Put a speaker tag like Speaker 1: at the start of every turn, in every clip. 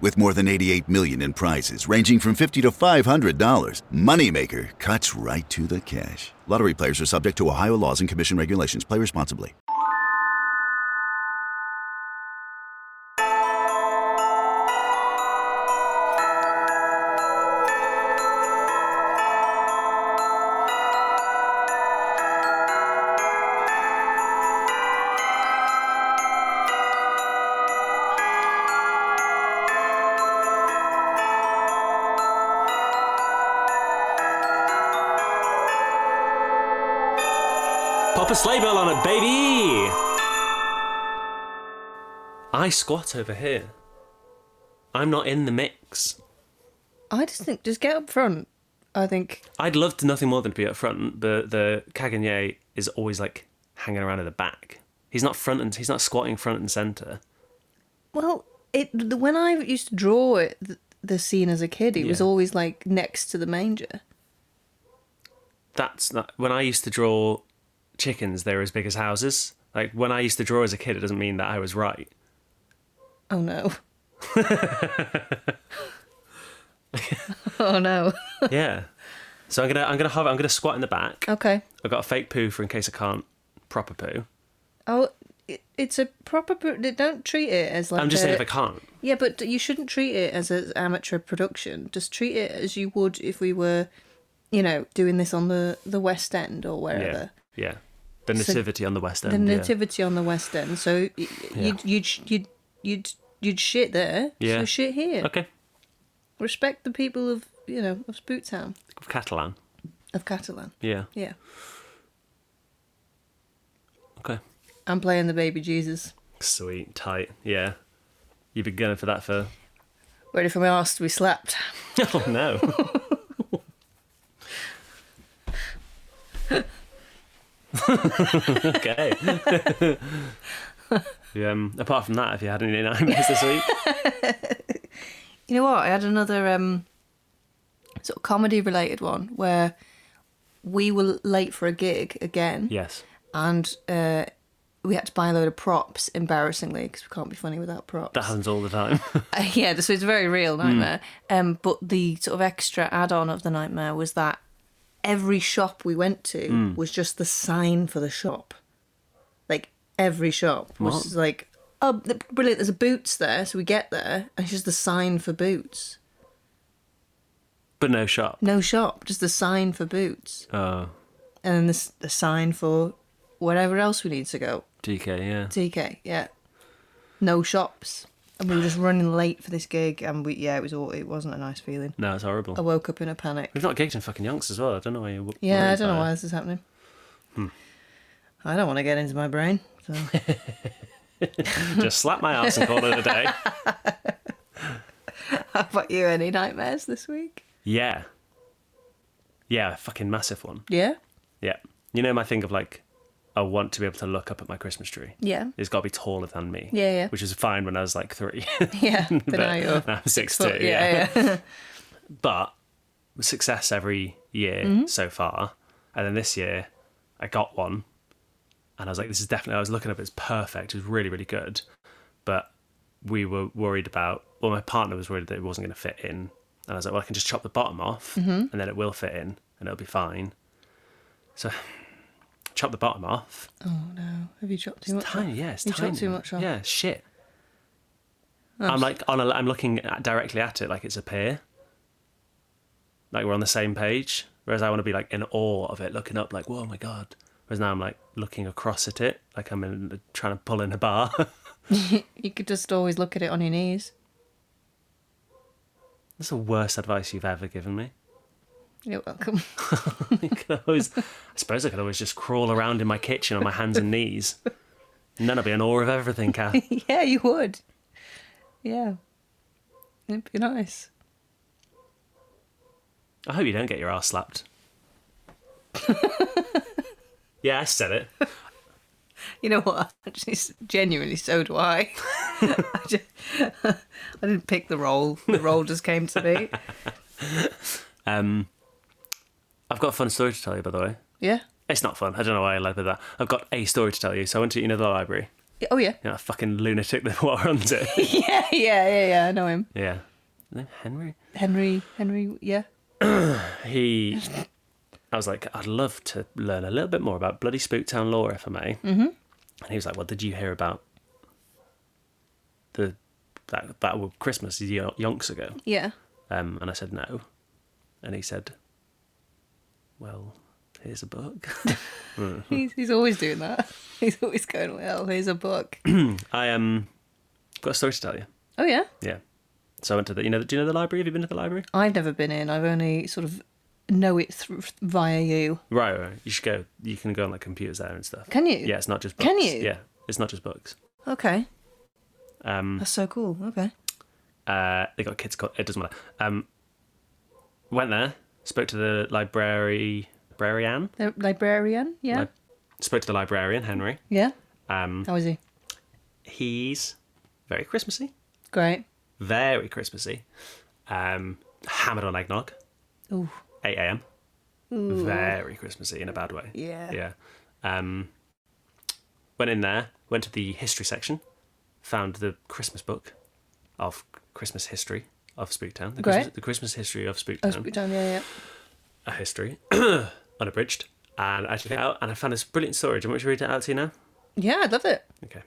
Speaker 1: With more than 88 million in prizes ranging from 50 to $500, Moneymaker cuts right to the cash. Lottery players are subject to Ohio laws and commission regulations. Play responsibly.
Speaker 2: Pop a sleigh bell on it, baby! I squat over here. I'm not in the mix.
Speaker 3: I just think just get up front. I think
Speaker 2: I'd love to nothing more than to be up front, but the Cagagne is always like hanging around in the back. He's not front and he's not squatting front and center.
Speaker 3: well, it the- when I used to draw it the, the scene as a kid, it was
Speaker 2: Yeah.
Speaker 3: always like next to the manger.
Speaker 2: That's not when I used to draw chickens. They're as big as houses. Like when I used to draw as a kid, it doesn't mean that I was right.
Speaker 3: Oh no. oh no.
Speaker 2: yeah. So I'm gonna I'm gonna hover. I'm gonna squat in the back.
Speaker 3: Okay.
Speaker 2: I've got a fake poo for in case I can't proper poo.
Speaker 3: Oh, it, it's a proper. pro- Don't treat it as like.
Speaker 2: I'm just
Speaker 3: a-
Speaker 2: saying if I can't.
Speaker 3: Yeah, but you shouldn't treat it as an amateur production. Just treat it as you would if we were, you know, doing this on the the West End or wherever.
Speaker 2: Yeah. Yeah. The
Speaker 3: So-
Speaker 2: nativity on the west end.
Speaker 3: the
Speaker 2: yeah.
Speaker 3: nativity on the West End. So y- you'd, you'd sh- you'd you'd you'd shit there.
Speaker 2: Yeah.
Speaker 3: So shit here.
Speaker 2: Okay.
Speaker 3: Respect the people of you know of Spooktown
Speaker 2: Catalan.
Speaker 3: of Catalan.
Speaker 2: Yeah.
Speaker 3: Yeah.
Speaker 2: Okay.
Speaker 3: I'm playing the baby Jesus.
Speaker 2: Sweet, tight. Yeah. You've been going for that for
Speaker 3: Ready for my arse to be slapped.
Speaker 2: Oh no. okay. Yeah, um, apart from that, have you had any nightmares this week?
Speaker 3: You know what? I had another um, sort of comedy related one where we were late for a gig again,
Speaker 2: yes.
Speaker 3: and uh, we had to buy a load of props. Embarrassingly, because we can't be funny without props.
Speaker 2: That happens all the time.
Speaker 3: Uh, yeah, so it's a very real nightmare. Um, but the sort of extra add-on of the nightmare was that every shop we went to was just the sign for the shop. Like every shop was
Speaker 2: What?
Speaker 3: just like, oh, th- brilliant! There's a Boots there, so we get there, and it's just the sign for Boots.
Speaker 2: but no shop.
Speaker 3: No shop, just the sign for Boots,
Speaker 2: Oh,
Speaker 3: and then this the sign for wherever else we need to go.
Speaker 2: DK, yeah.
Speaker 3: TK, yeah. No shops, and we were just running late for this gig, and we yeah, it was all it wasn't a nice feeling.
Speaker 2: No, it's horrible.
Speaker 3: I woke up in a panic.
Speaker 2: We've not gigged in fucking yonks as well. I don't know why you.
Speaker 3: Yeah, I
Speaker 2: worried
Speaker 3: don't know
Speaker 2: about
Speaker 3: why
Speaker 2: it.
Speaker 3: this is happening.
Speaker 2: Hmm.
Speaker 3: I don't want to get into my brain. So.
Speaker 2: Just slap my ass and call it a day.
Speaker 3: How about you? Any nightmares this week?
Speaker 2: Yeah. Yeah, fucking massive one.
Speaker 3: Yeah.
Speaker 2: Yeah. You know my thing of like, I want to be able to look up at my Christmas tree.
Speaker 3: Yeah.
Speaker 2: It's got to be taller than me.
Speaker 3: Yeah, yeah.
Speaker 2: Which was fine when I was like three.
Speaker 3: Yeah. But, now you're
Speaker 2: now I'm six,
Speaker 3: foot-
Speaker 2: two. Yeah.
Speaker 3: Yeah, yeah.
Speaker 2: But success every year so far, and then this year, I got one, and I was like, this is definitely. I was looking up. It's perfect. It's really really good, but we were worried about. Well, my partner was worried that it wasn't going to fit in, and I was like, well, I can just chop the bottom off, and then it will fit in, and it'll be fine. So. Chop the bottom off.
Speaker 3: oh no. Have you chopped too much?
Speaker 2: Tiny,
Speaker 3: off?
Speaker 2: yeah, it's
Speaker 3: You
Speaker 2: tiny.
Speaker 3: chopped too much off.
Speaker 2: Yeah, shit. I'm like on a, I'm looking at, directly at it like it's a peer. Like we're on the same page. Whereas I want to be like in awe of it, looking up like, whoa, my god. Whereas Whereas now I'm like looking across at it, like I'm in, trying to pull in a bar.
Speaker 3: You could just always look at it on your knees.
Speaker 2: That's the worst advice you've ever given me.
Speaker 3: You're welcome.
Speaker 2: I could always, I suppose I could always just crawl around in my kitchen on my hands and knees. And then I'd be in awe of everything, Kath.
Speaker 3: yeah, you would. Yeah. It'd be nice.
Speaker 2: I hope you don't get your ass slapped. yeah, I said it.
Speaker 3: You know what? Actually, s- genuinely, so do I. I, ju- I didn't pick the role. The role just came to me.
Speaker 2: Um, I've got a fun story to tell you, by the way.
Speaker 3: Yeah.
Speaker 2: It's not fun. I don't know why I led with that. I've got a story to tell you. So I went to you know the library.
Speaker 3: Yeah, Oh yeah.
Speaker 2: You know, that fucking lunatic that runs it.
Speaker 3: Yeah, yeah, yeah, yeah. I know him.
Speaker 2: yeah. His name Henry.
Speaker 3: Henry. Henry. Yeah.
Speaker 2: He. I was like, I'd love to learn a little bit more about bloody Spooktown lore, if I may. Mm-hmm. And he was like, Well, did you hear about the that that were Christmas y- yonks ago?
Speaker 3: Yeah.
Speaker 2: Um, and I said no, and he said, Well, here's a book.
Speaker 3: He's, he's always doing that. He's always going, well, here's a book.
Speaker 2: I um got a story to tell you.
Speaker 3: Oh, yeah.
Speaker 2: Yeah. So I went to the you know do you know the library? Have you been to the library?
Speaker 3: I've never been in. I've only sort of know it thr via you.
Speaker 2: Right, right. You should go. You can go on like computers there and stuff.
Speaker 3: Can you?
Speaker 2: Yeah, it's not just books.
Speaker 3: Can you?
Speaker 2: Yeah, it's not just books.
Speaker 3: Okay.
Speaker 2: Um,
Speaker 3: That's so cool. Okay.
Speaker 2: uh, they got kids. Called, it doesn't matter. Um, went there. Spoke to the library librarian.
Speaker 3: The librarian. Yeah.
Speaker 2: Lib- spoke to the librarian Henry.
Speaker 3: yeah.
Speaker 2: Um,
Speaker 3: How is he?
Speaker 2: he's very Christmassy.
Speaker 3: Great.
Speaker 2: Very Christmassy. Um, hammered on eggnog.
Speaker 3: Ooh.
Speaker 2: 8 a.m. Very Christmassy in a bad way.
Speaker 3: Yeah.
Speaker 2: Yeah. Um, went in there, went to the history section, found the Christmas book of Christmas history of Spooktown. The,
Speaker 3: Great.
Speaker 2: Christmas, the Christmas history of
Speaker 3: Oh,
Speaker 2: Spooktown.
Speaker 3: it's down. Yeah, yeah.
Speaker 2: a history, unabridged. And I took it out and I found this brilliant story. Do you want me to read it out to you now?
Speaker 3: Yeah, I'd love it.
Speaker 2: Okay.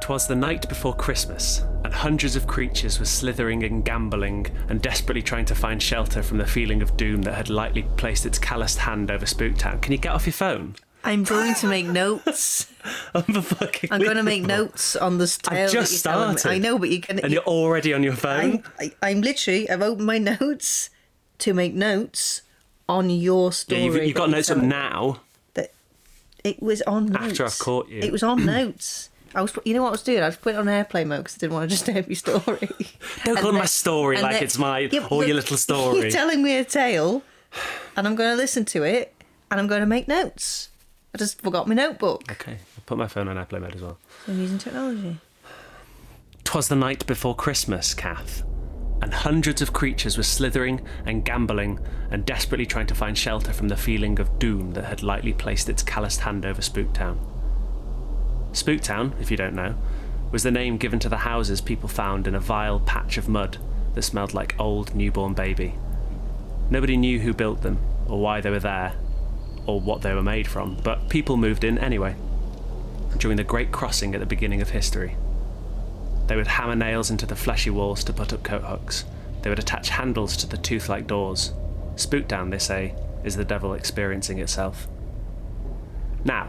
Speaker 2: 'Twas the night before Christmas, and hundreds of creatures were slithering and gamboling and desperately trying to find shelter from the feeling of doom that had lightly placed its calloused hand over Spooktown. Can you get off your phone?
Speaker 3: I'm going to make notes.
Speaker 2: Unfucking
Speaker 3: I'm going to make notes on this tale. that
Speaker 2: just
Speaker 3: you're telling me.
Speaker 2: started.
Speaker 3: I know, but you're going
Speaker 2: And you're already on your phone?
Speaker 3: I'm, I, I'm literally, I've opened my notes to make notes on your
Speaker 2: Yeah,
Speaker 3: story.
Speaker 2: you've, you've
Speaker 3: that
Speaker 2: got
Speaker 3: you
Speaker 2: notes
Speaker 3: told
Speaker 2: on
Speaker 3: me.
Speaker 2: now.
Speaker 3: That it was on notes.
Speaker 2: After I've caught you.
Speaker 3: It was on notes. I was, you know what I was doing? I was putting it on airplane mode because I didn't want to disturb your story.
Speaker 2: Don't
Speaker 3: And
Speaker 2: call
Speaker 3: then-
Speaker 2: my story
Speaker 3: and
Speaker 2: like
Speaker 3: then-
Speaker 2: it's my
Speaker 3: Yeah,
Speaker 2: or
Speaker 3: but
Speaker 2: your little story.
Speaker 3: You're telling me a tale, and I'm going to listen to it, and I'm going to make notes. I just forgot my notebook.
Speaker 2: okay, I'll put my phone on airplane mode as well.
Speaker 3: I'm using technology.
Speaker 2: Twas the night before Christmas, Kath, and hundreds of creatures were slithering and gamboling and desperately trying to find shelter from the feeling of doom that had lightly placed its calloused hand over Spooktown. Spooktown, if you don't know, was the name given to the houses people found in a vile patch of mud that smelled like old newborn baby. Nobody knew who built them, or why they were there, or what they were made from, but people moved in anyway, during the Great Crossing at the beginning of history. They would hammer nails into the fleshy walls to put up coat hooks. They would attach handles to the tooth like doors. Spookdown, they say, is the devil experiencing itself. Now,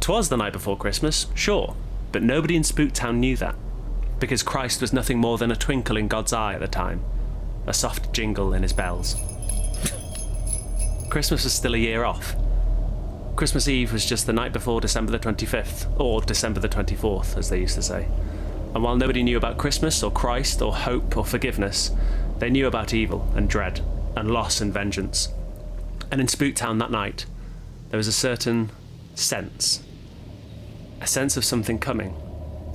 Speaker 2: 'twas the night before Christmas, sure, but nobody in Spooktown knew that, because Christ was nothing more than a twinkle in God's eye at the time, a soft jingle in his bells. Christmas was still a year off, Christmas Eve was just the night before December the 25th, or December the 24th, as they used to say. And while nobody knew about Christmas, or Christ, or hope, or forgiveness, they knew about evil and dread, and loss and vengeance. And in Spooktown that night, there was a certain sense a sense of something coming,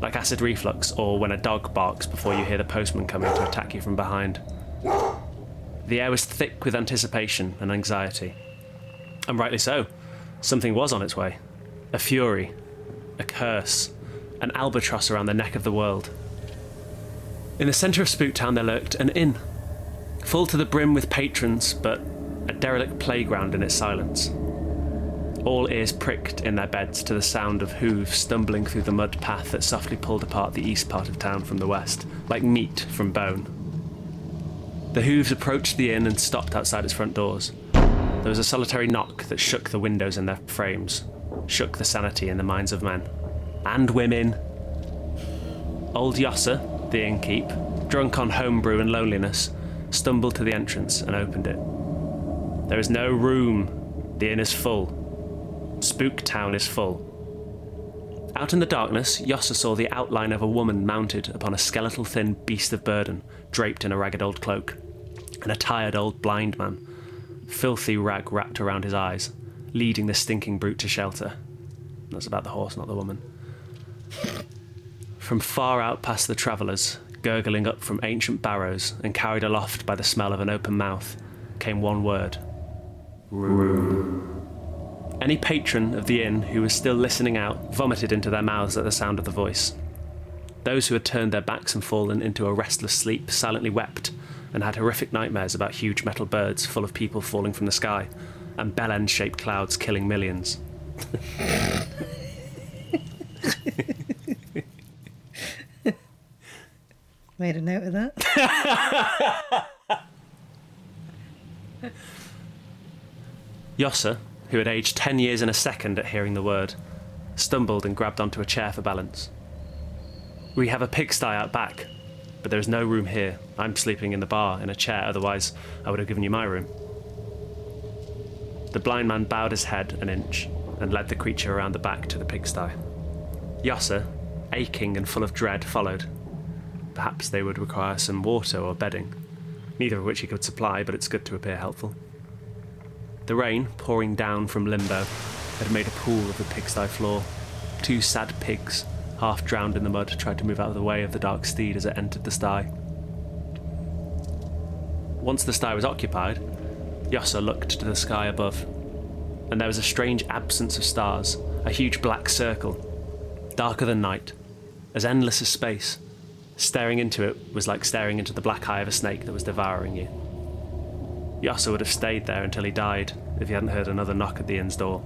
Speaker 2: like acid reflux, or when a dog barks before you hear the postman coming to attack you from behind. The air was thick with anticipation and anxiety. And rightly so. Something was on its way. A fury, a curse, an albatross around the neck of the world. In the centre of Spooktown there lurked an inn, full to the brim with patrons, but a derelict playground in its silence. All ears pricked in their beds to the sound of hooves stumbling through the mud path that softly pulled apart the east part of town from the west, like meat from bone. The hooves approached the inn and stopped outside its front doors. There was a solitary knock that shook the windows in their frames, shook the sanity in the minds of men and women. Old Yosser, the innkeep, drunk on homebrew and loneliness, stumbled to the entrance and opened it. There is no room. The inn is full. Spook Town is full. Out in the darkness, Yossa saw the outline of a woman mounted upon a skeletal thin beast of burden, draped in a ragged old cloak, and a tired old blind man, filthy rag wrapped around his eyes, leading the stinking brute to shelter. That's about the horse, not the woman. From far out past the travellers, gurgling up from ancient barrows and carried aloft by the smell of an open mouth, came one word any patron of the inn who was still listening out vomited into their mouths at the sound of the voice. Those who had turned their backs and fallen into a restless sleep silently wept and had horrific nightmares about huge metal birds full of people falling from the sky and bell end shaped clouds killing millions.
Speaker 3: Made a note of that.
Speaker 2: Yossa, who had aged 10 years in a second at hearing the word, stumbled and grabbed onto a chair for balance. We have a pigsty out back, but there is no room here. I'm sleeping in the bar in a chair, otherwise, I would have given you my room. The blind man bowed his head an inch and led the creature around the back to the pigsty. Yossa, aching and full of dread, followed. Perhaps they would require some water or bedding, neither of which he could supply, but it's good to appear helpful. The rain, pouring down from limbo, had made a pool of the pigsty floor. Two sad pigs, half drowned in the mud, tried to move out of the way of the dark steed as it entered the sty. Once the sty was occupied, Yossa looked to the sky above, and there was a strange absence of stars, a huge black circle, darker than night, as endless as space. Staring into it was like staring into the black eye of a snake that was devouring you. Yasser would have stayed there until he died if he hadn't heard another knock at the inn's door.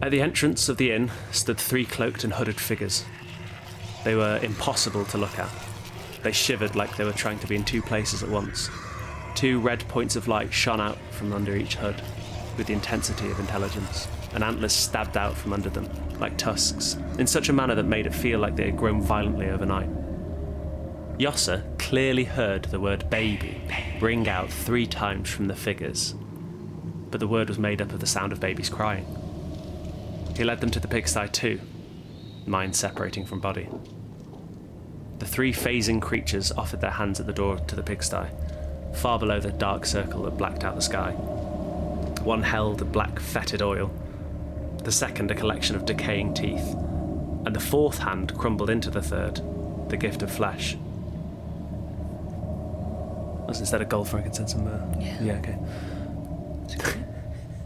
Speaker 2: At the entrance of the inn stood three cloaked and hooded figures. They were impossible to look at. They shivered like they were trying to be in two places at once. Two red points of light shone out from under each hood with the intensity of intelligence, and antlers stabbed out from under them, like tusks, in such a manner that made it feel like they had grown violently overnight. Yossa clearly heard the word baby ring out three times from the figures, but the word was made up of the sound of babies crying. He led them to the pigsty too, mind separating from body. The three phasing creatures offered their hands at the door to the pigsty, far below the dark circle that blacked out the sky. One held a black fetid oil, the second a collection of decaying teeth, and the fourth hand crumbled into the third, the gift of flesh. Was instead of gold frankincense and myrrh? uh, Yeah. Yeah, okay.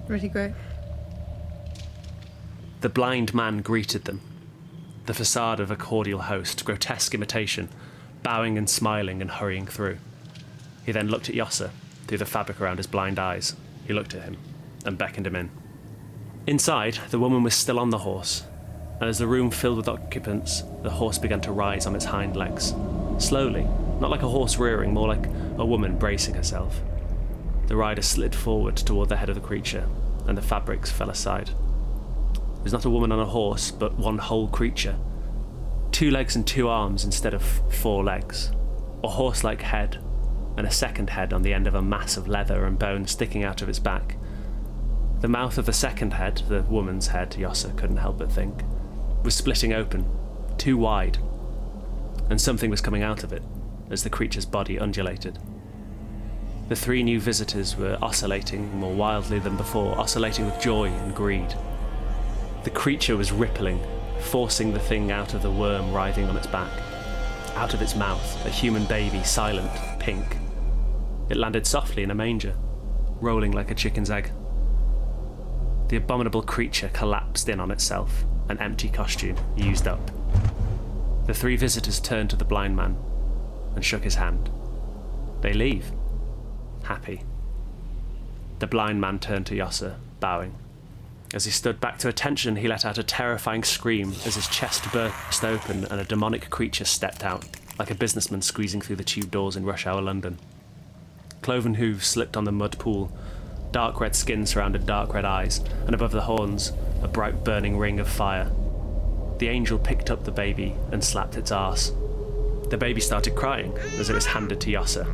Speaker 3: Really great.
Speaker 2: The blind man greeted them, the facade of a cordial host, grotesque imitation, bowing and smiling and hurrying through. He then looked at Yossa through the fabric around his blind eyes. He looked at him and beckoned him in. Inside, the woman was still on the horse, and as the room filled with occupants, the horse began to rise on its hind legs. Slowly, not like a horse rearing, more like a woman bracing herself. The rider slid forward toward the head of the creature, and the fabrics fell aside. It was not a woman on a horse, but one whole creature. Two legs and two arms instead of four legs. A horse like head, and a second head on the end of a mass of leather and bone sticking out of its back. The mouth of the second head, the woman's head, Yossa couldn't help but think, was splitting open, too wide, and something was coming out of it as the creature's body undulated. The three new visitors were oscillating more wildly than before, oscillating with joy and greed. The creature was rippling, forcing the thing out of the worm writhing on its back. Out of its mouth, a human baby, silent, pink. It landed softly in a manger, rolling like a chicken's egg. The abominable creature collapsed in on itself, an empty costume, used up. The three visitors turned to the blind man and shook his hand. They leave, happy. The blind man turned to Yossa, bowing. As he stood back to attention, he let out a terrifying scream as his chest burst open and a demonic creature stepped out, like a businessman squeezing through the tube doors in rush hour London. Cloven hooves slipped on the mud pool, dark red skin surrounded dark red eyes, and above the horns, a bright burning ring of fire. The angel picked up the baby and slapped its arse. The baby started crying as it was handed to Yossa.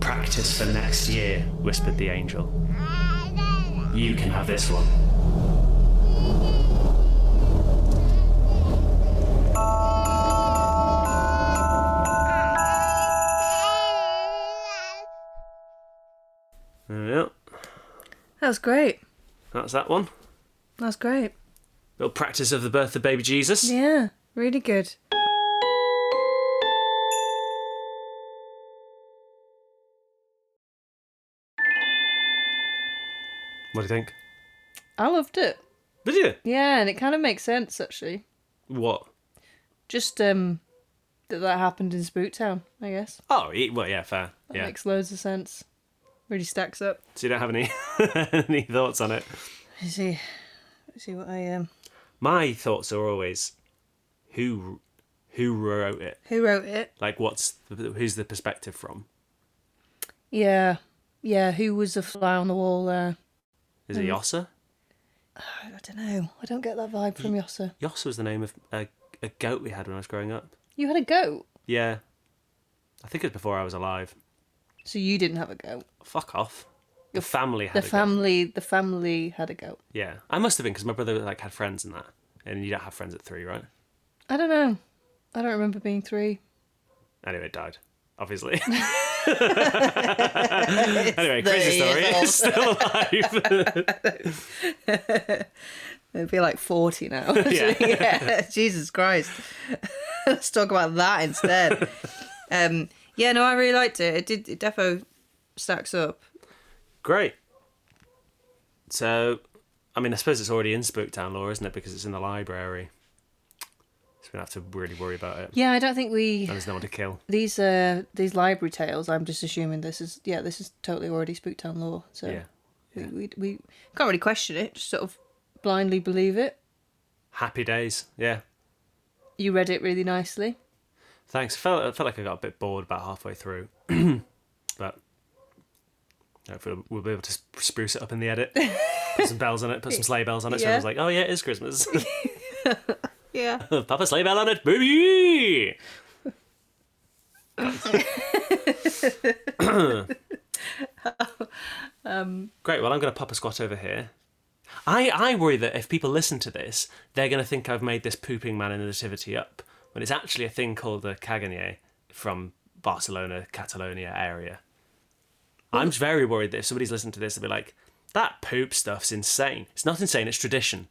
Speaker 2: Practice for next year, whispered the angel. You can have this one. Yep,
Speaker 3: That's great.
Speaker 2: that's that one.
Speaker 3: That's great.
Speaker 2: Little practice of the birth of baby Jesus.
Speaker 3: Yeah, really good.
Speaker 2: What do you think?
Speaker 3: I loved it.
Speaker 2: Did you?
Speaker 3: Yeah, and it kind of makes sense actually.
Speaker 2: What?
Speaker 3: Just um that that happened in Spooktown, I guess.
Speaker 2: Oh, e- well, yeah, fair.
Speaker 3: That
Speaker 2: Yeah.
Speaker 3: makes loads of sense. Really stacks up.
Speaker 2: So you don't have any any thoughts on it?
Speaker 3: Let's see. Let's see what I um
Speaker 2: My thoughts are always who who wrote it?
Speaker 3: who wrote it?
Speaker 2: Like, what's the, who's the perspective from?
Speaker 3: Yeah. Yeah, who was the fly on the wall there?
Speaker 2: Is
Speaker 3: Mm.
Speaker 2: it Yossa?
Speaker 3: Oh, I don't know. I don't get that vibe from
Speaker 2: Hmm.
Speaker 3: Yossa.
Speaker 2: Yossa was the name of a, a goat we had when I was growing up.
Speaker 3: You had a goat,
Speaker 2: Yeah, I think it was before I was alive.
Speaker 3: so you didn't have a goat.
Speaker 2: Fuck off. The family had
Speaker 3: The
Speaker 2: a goat.
Speaker 3: family, the family had a goat.
Speaker 2: Yeah, I must have been because my brother like had friends and that, and you don't have friends at three, right?
Speaker 3: I don't know. I don't remember being three.
Speaker 2: Anyway, it died. Obviously. anyway, crazy story. It's still alive.
Speaker 3: It'd be like forty now. yeah. Jesus Christ. Let's talk about that instead. um, yeah, no, I really liked it. It did. It defo stacks up.
Speaker 2: Great. So, I mean, I suppose it's already in Spooktown lore, isn't it? Because it's in the library. So we don't have to really worry about it.
Speaker 3: Yeah, I don't think we
Speaker 2: And there's no one to kill.
Speaker 3: these uh these library tales. I'm just assuming this is yeah this is totally already Spooktown lore. So
Speaker 2: Yeah.
Speaker 3: We, we we can't really question it. Just sort of blindly believe it.
Speaker 2: Happy days. Yeah.
Speaker 3: You read it really nicely.
Speaker 2: Thanks. I felt, I felt like I got a bit bored about halfway through. but hopefully we'll be able to sp- spruce it up in the edit. Put some bells on it, put some sleigh bells on it. So
Speaker 3: Yeah.
Speaker 2: I was like, oh, yeah, it is Christmas.
Speaker 3: Yeah.
Speaker 2: Papa sleigh bell on it, baby! Great. Well, I'm going to pop a squat over here. I, I worry that if people listen to this, they're going to think I've made this pooping man in the nativity up, when it's actually a thing called the Caganier from Barcelona, Catalonia area. I'm very worried that if somebody's listened to this, they'll be like, that poop stuff's insane. It's not insane, it's tradition.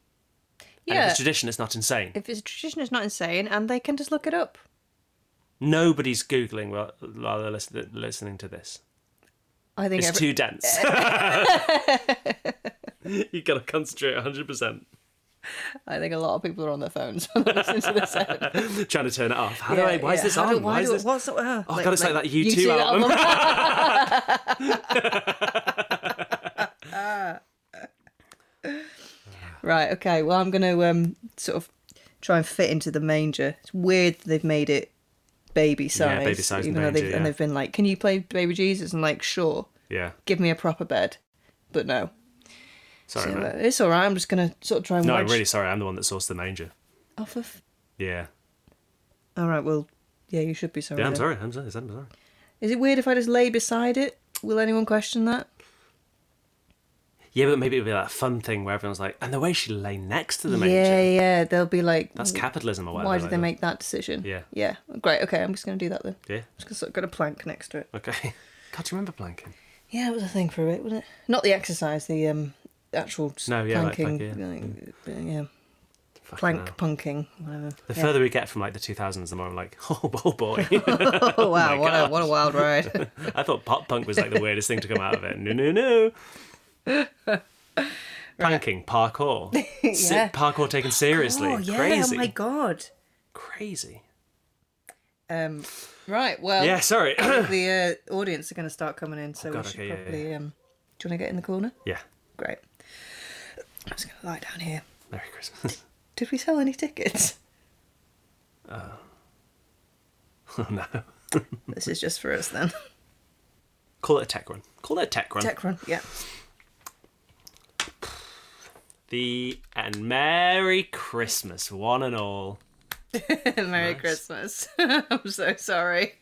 Speaker 2: And if
Speaker 3: Yeah.
Speaker 2: it's tradition, it's not insane.
Speaker 3: If it's a tradition, it's not insane, and they can just look it up.
Speaker 2: Nobody's googling while, while they're listen, listening to this.
Speaker 3: I think
Speaker 2: It's
Speaker 3: every-
Speaker 2: too dense. you gotta concentrate 100. percent
Speaker 3: I think a lot of people are on their phones when they listen to this. episode.
Speaker 2: Trying to turn it off. How do I? Why is
Speaker 3: Yeah,
Speaker 2: this
Speaker 3: how
Speaker 2: on?
Speaker 3: do-
Speaker 2: why is
Speaker 3: do-
Speaker 2: this?
Speaker 3: What's, uh,
Speaker 2: Oh god, it's like, that U2, album.
Speaker 3: right. Okay. Well, I'm going to um, sort of try and fit into the manger. It's weird that they've made it baby size.
Speaker 2: baby size
Speaker 3: Even though
Speaker 2: manger,
Speaker 3: they've
Speaker 2: yeah.
Speaker 3: and they've been like, "Can you play baby Jesus?" and like, "Sure,
Speaker 2: yeah.
Speaker 3: give me a proper bed," but no.
Speaker 2: Sorry,
Speaker 3: So, uh,
Speaker 2: man.
Speaker 3: it's all right. I'm just going to sort of try and
Speaker 2: No, I'm
Speaker 3: wedge
Speaker 2: really sorry. I'm the one that sourced the manger.
Speaker 3: off of.
Speaker 2: Yeah.
Speaker 3: All right. Well, yeah, you should be sorry.
Speaker 2: Yeah, I'm
Speaker 3: then.
Speaker 2: sorry. I'm sorry. I'm sorry.
Speaker 3: Is it weird if I just lay beside it? Will anyone question that?
Speaker 2: Yeah, but maybe it'll be that fun thing where everyone's like, and the way she lay next to the manger.
Speaker 3: Yeah, yeah. They'll be like,
Speaker 2: That's capitalism or whatever.
Speaker 3: why did
Speaker 2: like
Speaker 3: they
Speaker 2: that.
Speaker 3: make that decision?
Speaker 2: Yeah.
Speaker 3: Yeah. Great. Okay. I'm just going to do that then.
Speaker 2: Yeah.
Speaker 3: I'm just going to put a plank next to it.
Speaker 2: Okay. God, do you remember planking?
Speaker 3: Yeah, it was a thing for a bit, wasn't it? Not the exercise, the um, actual s-
Speaker 2: No, yeah, like
Speaker 3: planking.
Speaker 2: plank,
Speaker 3: like, uh, yeah.
Speaker 2: Fucking
Speaker 3: Plank
Speaker 2: hell.
Speaker 3: punking, whatever.
Speaker 2: The
Speaker 3: Yeah.
Speaker 2: further we get from like the 2000s, the more I'm like, oh, oh boy.
Speaker 3: oh, wow.
Speaker 2: my
Speaker 3: what, a,
Speaker 2: gosh.
Speaker 3: what a wild ride.
Speaker 2: I thought pop punk was like the weirdest thing to come out of it. No, no, no. Planking, parkour. Si-
Speaker 3: Yeah.
Speaker 2: Parkour taken seriously.
Speaker 3: oh, yeah.
Speaker 2: Crazy.
Speaker 3: Oh, my God.
Speaker 2: Crazy.
Speaker 3: Um, right. Well,
Speaker 2: yeah, sorry. Oh
Speaker 3: the uh, audience are going to start coming in, so
Speaker 2: God,
Speaker 3: we should
Speaker 2: okay, yeah, yeah,
Speaker 3: probably. Um, do you want to get in the corner?
Speaker 2: yeah.
Speaker 3: Great. I'm just going to lie down here.
Speaker 2: Merry Christmas.
Speaker 3: Did we sell any tickets?
Speaker 2: oh, no. Oh,
Speaker 3: this is just for us then.
Speaker 2: Call it a tech run. Call it a tech run.
Speaker 3: Tech run. Yeah.
Speaker 2: The and Merry Christmas, one and all.
Speaker 3: Merry Christmas. I'm so sorry.